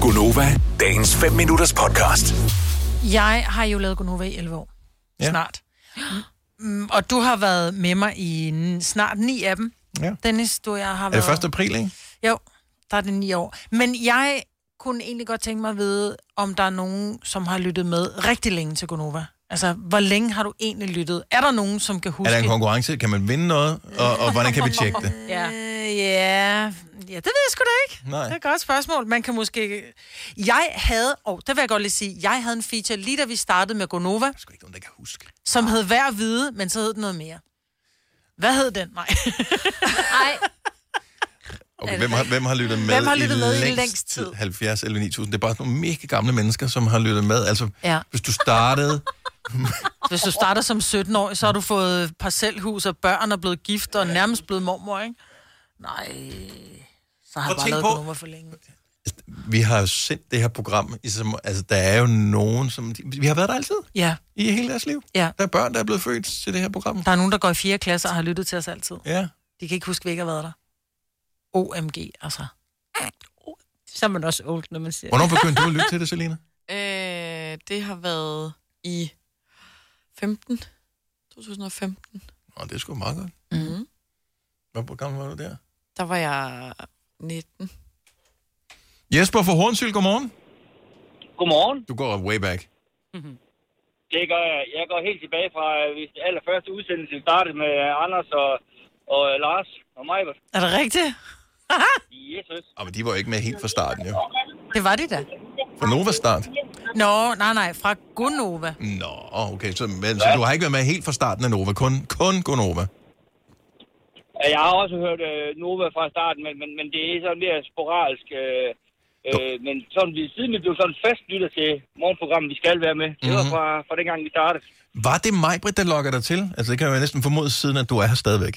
Gunova, dagens 5 minutters podcast. Jeg har jo lavet Gunova i 11 år. Ja. Ja. Snart. Mm, Og du har været med mig i n- snart ni af dem. Ja. Dennis, du og jeg har Er været... det 1. april, ikke? Jo, der er det ni år. Men jeg kunne egentlig godt tænke mig at vide, om der er nogen, som har lyttet med rigtig længe til Gunova. Altså, hvor længe har du egentlig lyttet? Er der nogen, som kan Er huske... der en konkurrence? Kan man vinde noget? Og, og hvordan kan vi tjekke det? Ja. Øh, ja. ja, det ved jeg sgu da ikke. Nej. Det er et godt spørgsmål. Man kan måske... Jeg havde, og oh, der vil jeg godt lige sige, jeg havde en feature lige da vi startede med Gonova, sgu ikke nogen, der kan huske. som hed Hver at vide, men så hed den noget mere. Hvad hed den? Nej. Nej, Okay, hvem, har, hvem har lyttet med, Hvem har lyttet med i længst tid? 70, 11, 9000. Det er bare sådan nogle mega gamle mennesker, som har lyttet med. Altså, Ja. hvis du startede... Hvis du starter som 17-årig, så har du fået parcelhus og børn er blevet gift og nærmest blevet mormor, ikke? Nej. Så har Prøv jeg bare at tænke lavet på- Gonova for længe. Vi har jo sendt det her program. i som- Altså, der er jo nogen, som... de- Vi har været der altid. Ja, I hele deres liv. ja. Der er børn, der er blevet født til det her program. Der er nogen, der går i 4. klasse og har lyttet til os altid. Ja. De kan ikke huske, at vi ikke har været der. OMG, altså. så er man også old, når man siger det. Hvornår begyndte du at lytte til det, Selina? Øh, det har været i 15. 2015. Åh, det er sgu meget godt. Mhm. Mm. Hvad program var du der? Der var jeg 19. Jesper fra Hornsyl, godmorgen. Godmorgen. Du går way back. Det gør jeg. Jeg går helt tilbage fra øh, hvis den allerførste udsendelse vi startede med øh, Anders og, og øh, Lars og mig. Er det rigtigt? Jesus. Og Ah, men de var jo ikke med helt fra starten, jo. Det var det da. Fra Nova Start? Nå, nej, nej, fra Gunova. Nå, okay. Så, men, så du har ikke været med helt fra starten af Nova, kun, kun Gonova. Øh, Jeg har også hørt øh, Nova fra starten, men, men, men det er sådan mere sporadisk. Øh, øh, men sådan, vi, siden vi blev sådan fast lytter til morgenprogrammet, vi skal være med. Det var fra, fra dengang, vi startede. Var det mig, Britt, der lokker dig til? Altså, det kan jeg jo næsten formode siden, at du er her stadigvæk.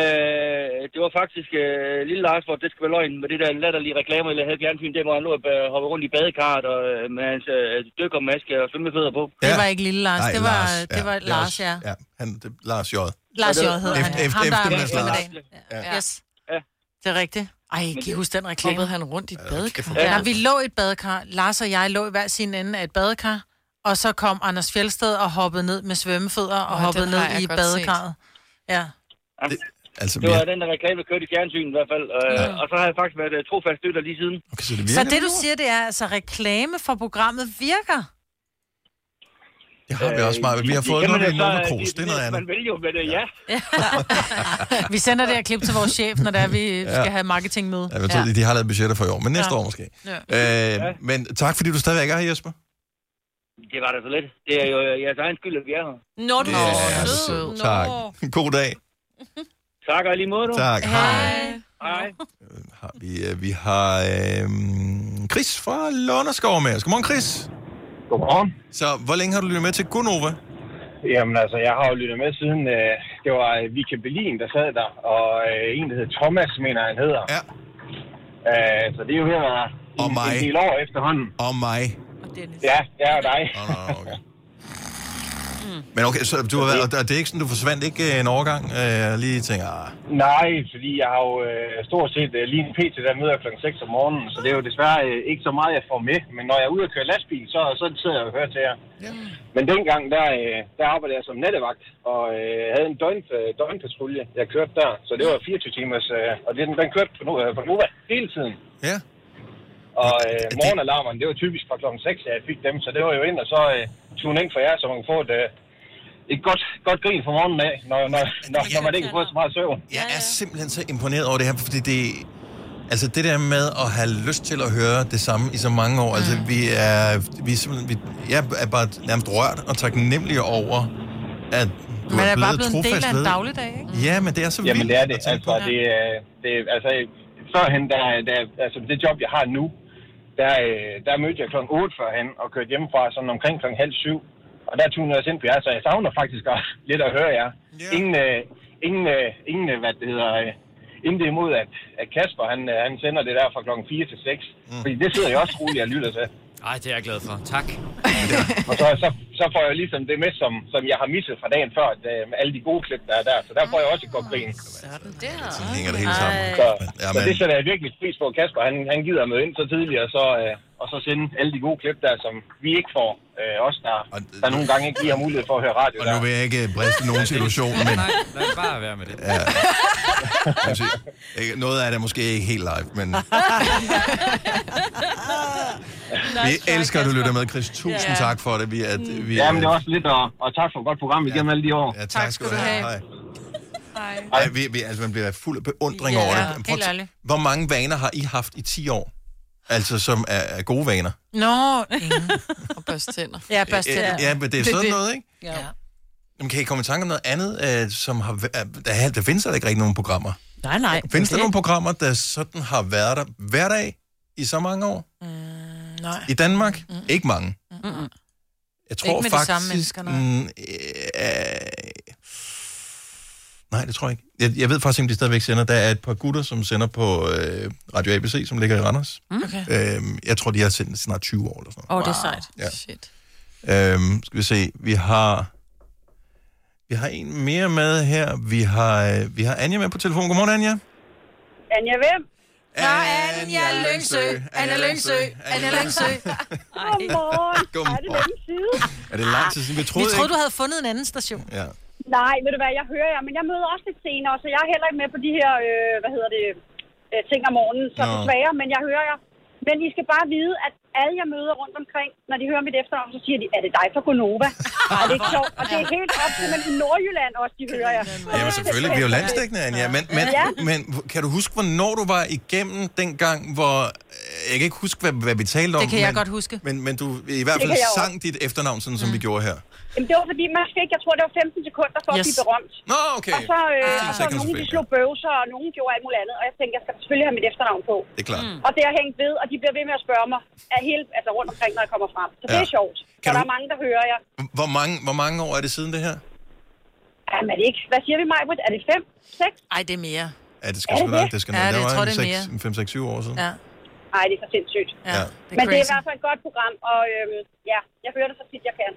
Øh, det var faktisk øh, lille Lars, hvor det skal være løgn, med det der latterlige reklamer, jeg havde i fjernsyn, der hvor han lå og øh, hoppede rundt i badekart og, øh, med hans øh, dykkermaske og svømmefødder på. Det var ikke lille Lars, Nej, det var, Lars, det var ja. Lars, ja. Ja, han, det, Lars J. Lars J. Ja, hedder det- han. Ham, Efter- der er eftermiddags med Lars. dagen. Ja. Yes. Ja. Det er rigtigt. Ej, kan I huske den reklame? Klubbede han rundt i et badekar. Ja. Når vi lå i et badekar, Lars og jeg lå i hver sin ende af et badekar, og så kom Anders Fjeldsted og hoppede ned med svømmefødder og Åh, hoppede den har ned jeg i godt badekarret. Ja. Altså, Det vi- var den der reklame, der kørte i fjernsynet i hvert fald. Øh, Og så har jeg faktisk været øh, trofast støtter lige siden. okay, så det virker. Så det, du siger, det er, altså reklame for programmet virker. det har vi også meget. Vi har fået noget i Nova Cruz, det er noget Man andet. vælger jo med Øh, altså, det, ja. Vi sender det her klip til vores chef, når det er, vi skal have marketingmøde. Ja, jeg tror, de, de har lavet budgetter for i år, men næste Ja. år måske. Ja. Øh, men tak, fordi du stadigvæk er her, Jesper. Det var da så lidt. Det er jo øh, jeres egen skyld, at vi er her. Når du Det er er sød. sød. Nå. Tak. God dag. Tak og i lige måde, du. Tak. Hej. Hej. Har vi, øh, vi har øh, Chris fra Lunderskov med os. Godmorgen, Chris. Godmorgen. Så hvor længe har du lyttet med til Gunova? Jamen altså, jeg har jo lyttet med siden, øh, det var øh, Vika Berlin, der sad der, og øh, en, der hed Thomas, mener jeg, han hedder. Ja. Øh, så det er jo her en, Og mig. en del år efterhånden. Og mig. Og Dennis. Ja, det er jo dig. Nå, nå, nå, okay. Men okay, så du har været, og det er ikke sådan, du forsvandt ikke øh, en overgang, øh, lige tænker, ah, Nej, fordi jeg har jo øh, stort set øh, lige en pt, der møder kl. 6 om morgenen, så det er jo desværre øh, ikke så meget, jeg får med. Men når jeg er ude og køre lastbil, så, så sidder jeg og hører til jer. ja. Men dengang, der, øh, der arbejdede jeg som nattevagt, og øh, havde en døgn, øh, døgnpatrulje, jeg kørte der. Så det var 24 timers, øh, og den, den kørte på, nu- øh, på Nova hele tiden. ja. Og øh, morgenalarmerne, det var typisk fra klokken 6, at jeg fik dem, så det var jo ind, og så øh, tune ind for jer, så man kunne få et, øh, et godt, godt grin for morgenen af, når, når, når, når man ikke kan få så meget søvn. Jeg er simpelthen så imponeret over det her, fordi det, altså det der med at have lyst til at høre det samme i så mange år, altså vi er, vi er simpelthen, vi, jeg er bare nærmest rørt og taknemmelig over, at du Man er er blevet, bare blevet en del trofast af en ved- dagligdag, ikke? Ja, men det er så vildt. Jamen det er det. at tænke Altså, på. det, øh, det, altså førhen, der, der, altså det job, jeg har nu, der, øh, der mødte jeg kl. 8 førhen og kørte hjemmefra sådan omkring kl. halv syv. Og der tunede jeg os ind på jer, så jeg savner faktisk også lidt at høre jer. Ja. Ingen, øh, ingen, øh, ingen, øh, hvad det hedder, øh, intet imod, at, at Kasper, han, øh, han sender det der fra klokken 4 til Mm. 6. Fordi det sidder jeg også roligt og lytter til. Ej, det er jeg glad for. Tak. Og så, så, så så får jeg ligesom det med, som, som jeg har misset fra dagen før, at, øh, alle de gode klip, der er der. Så der får jeg også et godt grin. Sådan der. Sådan hænger det hele sammen. Så, Jamen. så det sætter jeg virkelig pris på. Kasper, han, han gider at møde ind så tidligt, og så, øh, og så sende alle de gode klip der, som vi ikke får. Øh, os, der, Og- der nogle gange ikke lige har mulighed for at høre radio Og der. nu vil jeg ikke briste nogen situation, men Nej, nej, bare være med det. jeg vil sige, ikke- noget af det er måske ikke helt live, men... vi elsker, at du lytter med, Chris. Tusind Ja. tak for det. Vi er, vi Jamen, det er også lidt, og, og tak for et godt program igennem alle de år. Ja, tak skal du have. Hej. Nej. Ej, vi, vi, altså, man bliver fuld af beundring Ja, over det. helt at- ærligt. hvor mange vaner har I haft i 10 år? Altså, som er, er gode vaner. Nå, ingen. og børste tænder. Ja, børste tænder. ja, men det er sådan det. noget, ikke? Ja. Jamen, kan I komme i tanke om noget andet, øh, som har... væ- Øh, der, er- der findes der ikke rigtig nogen programmer. Nej, nej. Findes der nogle programmer, der sådan har været der hver dag i så mange år? Nej. I Danmark? Mm. Ikke mange. Mm. Jeg tror Ikke med de faktisk... samme mennesker, nej. mm, øh, nej, det tror jeg ikke. Jeg, jeg ved faktisk ikke, om de stadigvæk sender. Der er et par gutter, som sender på øh, Radio ABC, som ligger i Randers. Mm. Okay. Øhm, jeg tror, de har sendt snart 20 år eller sådan Åh, oh, det er sejt. Ja. Shit. noget. Øhm, skal vi se. Vi har... Vi har en mere med her. Vi har, øh, vi har Anja med på telefon. Godmorgen, Anja. Anja, hvem? Anja Lyngsø, Anja Lyngsø, Anja Lyngsø. Godmorgen. Godmorgen. Er det den side? Er det lang tid siden? Vi Ah, Vi troede, troede, du havde fundet en anden station. Ja. Nej, ved du hvad, jeg hører jer, men jeg møder også lidt senere, så jeg er heller ikke med på de her, øh, hvad hedder det, øh, ting om morgenen, så Nå. desværre, men jeg hører jer. Men I skal bare vide, at alle jeg møder rundt omkring, når de hører mit efternavn, så siger de, er det dig fra Gonova? Og det er ikke sjovt, og det er helt op til, men i Nordjylland også, de hører jer. Jamen selvfølgelig, vi er jo landstækkende, Anja. Men, men, ja. men kan du huske, hvornår du var igennem den gang, hvor... øh, Jeg kan ikke huske, hvad, hvad vi talte om. Det kan jeg men, godt huske. Mm. Men, men du i hvert Det fald kan jeg sang dit efternavn, sådan som vi gjorde her. Jamen, det var fordi, man fik, jeg tror, det var 15 sekunder for yes. Yes. at blive berømt. Nå, okay. Og så, øh, Ah. og så nogen, de slog bøvser, og nogen gjorde alt muligt andet, og jeg tænkte, jeg skal selvfølgelig have mit efternavn på. Det er klart. Mm. Og det har hængt ved, og de bliver ved med at spørge mig af hele, altså rundt omkring, når jeg kommer frem. Så det Ja. er sjovt. Kan Kan og du- der er mange, der hører jer. Mm. Hvor, mange, hvor mange år er det siden det her? Jamen er det ikke, hvad siger vi, Majbrit? Er det fem? Seks? Ej, det er mere. Ja, det skal Er sgu det nok. det? Det skal Ja, nok. det- jeg tror, det er mere. 5-6-7 år siden. Ja, Nej, det er for sindssygt. ja. Ja. ja. Men det er i hvert fald et godt program, og øhm, ja, jeg hører det så tit, jeg kan.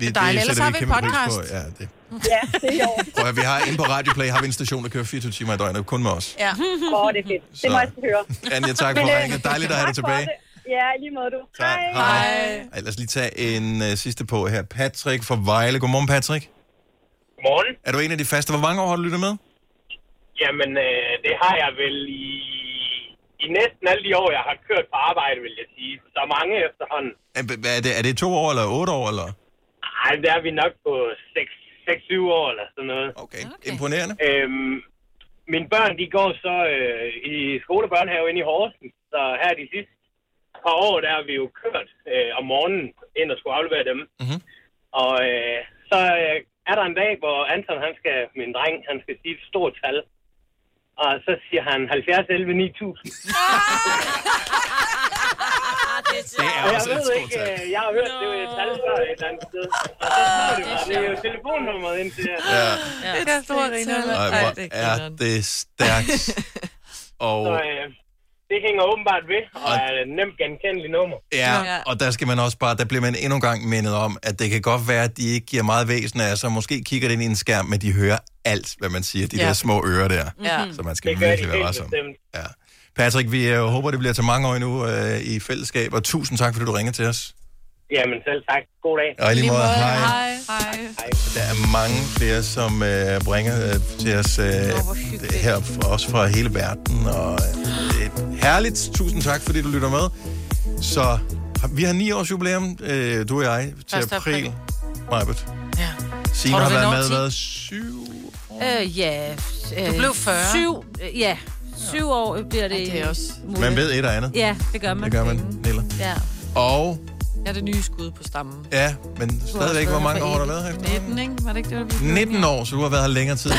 Vi, det dejligt. Ellers sætter har vi en kæmpe pris podcast. På. Ja, det. Ja, det er i år. Prøv at, høre, vi har inde på Radio Play, har vi en station, der kører 24 timer i døgnet, kun med os. Ja. Åh, det er fedt. Det må Så. jeg skal høre. øhm, Anja, tak øh, for ringen. Dejligt at have dig tak for tilbage. det. Ja, i lige måde du. Tak. Hej. Ej, lad os lige tage en uh, sidste på her. Patrick fra Vejle. Godmorgen, Patrick. Godmorgen. Er du en af de faste? Hvor mange år har du lyttet med? Jamen, øh, det har jeg vel i, i næsten alle de år, jeg har kørt på arbejde, vil jeg sige. Så mange efterhånden. Er, hvad er, det, er det to år eller otte år? Eller? Ej, der er vi nok på 6-7 år eller sådan noget. Okay. okay, imponerende. Øhm, mine børn, de går så øh, i skole og børnehave inde i Horsens, så her de sidste par år, der har vi jo kørt øh, om morgenen ind og skulle aflevere dem. Mhm. Og øh, så øh, er der en dag, hvor Anton, han skal, min dreng, han skal sige et stort tal. Og så siger han 70, 11, 9000. Det er Og jeg også et ved stort ikke, tal. øh, jeg har hørt det øh, tal før et eller andet sted. Og så står Ah, det bare, det er jo telefonnummeret ind til her. Ja. Det er store Ej, hvor er det stærkt. Og, Så øh, det hænger åbenbart ved, og Og- er et nemt genkendeligt nummer. ja, og der skal man også bare, der bliver man endnu en gang mindet om, at det kan godt være, at de ikke giver meget væsen af sig. Måske kigger det ind i en skærm, men de hører alt, hvad man siger. De ja. der små ører der. Ja. Mhm. Så man Det skal gør de virkelig være helt varsom. bestemt. Ja. Patrick, vi øh, håber, det bliver til mange år endnu øh, i fællesskab, og tusind tak, fordi du ringer til os. Jamen selv tak. God dag. Og i lige måde, hej. Hej. Der er mange flere, som øh, bringer øh, til os øh, det her fra, også fra hele verden. Og, øh, det er herligt. Tusind tak, fordi du lytter med. Så har- vi har ni års jubilæum, øh, du og jeg, til Første april. april. april. Majbert. Ja. Signe Tror du, vi har været når med, ti? hvad, syv år? Øh, ja. Øh, Du blev 40. Syv, øh, ja. Syv år bliver det. Det er også... muligt. Man ved et og andet. Ja, det gør man. Det gør man, Nilla. Ja. Og Jeg er det nye skud på stammen. ja, men stadigvæk, været hvor her mange for år har du evigt. været her? efter? 19, ikke? Var det ikke det, der blev 19 år, så du har været her længere tid. End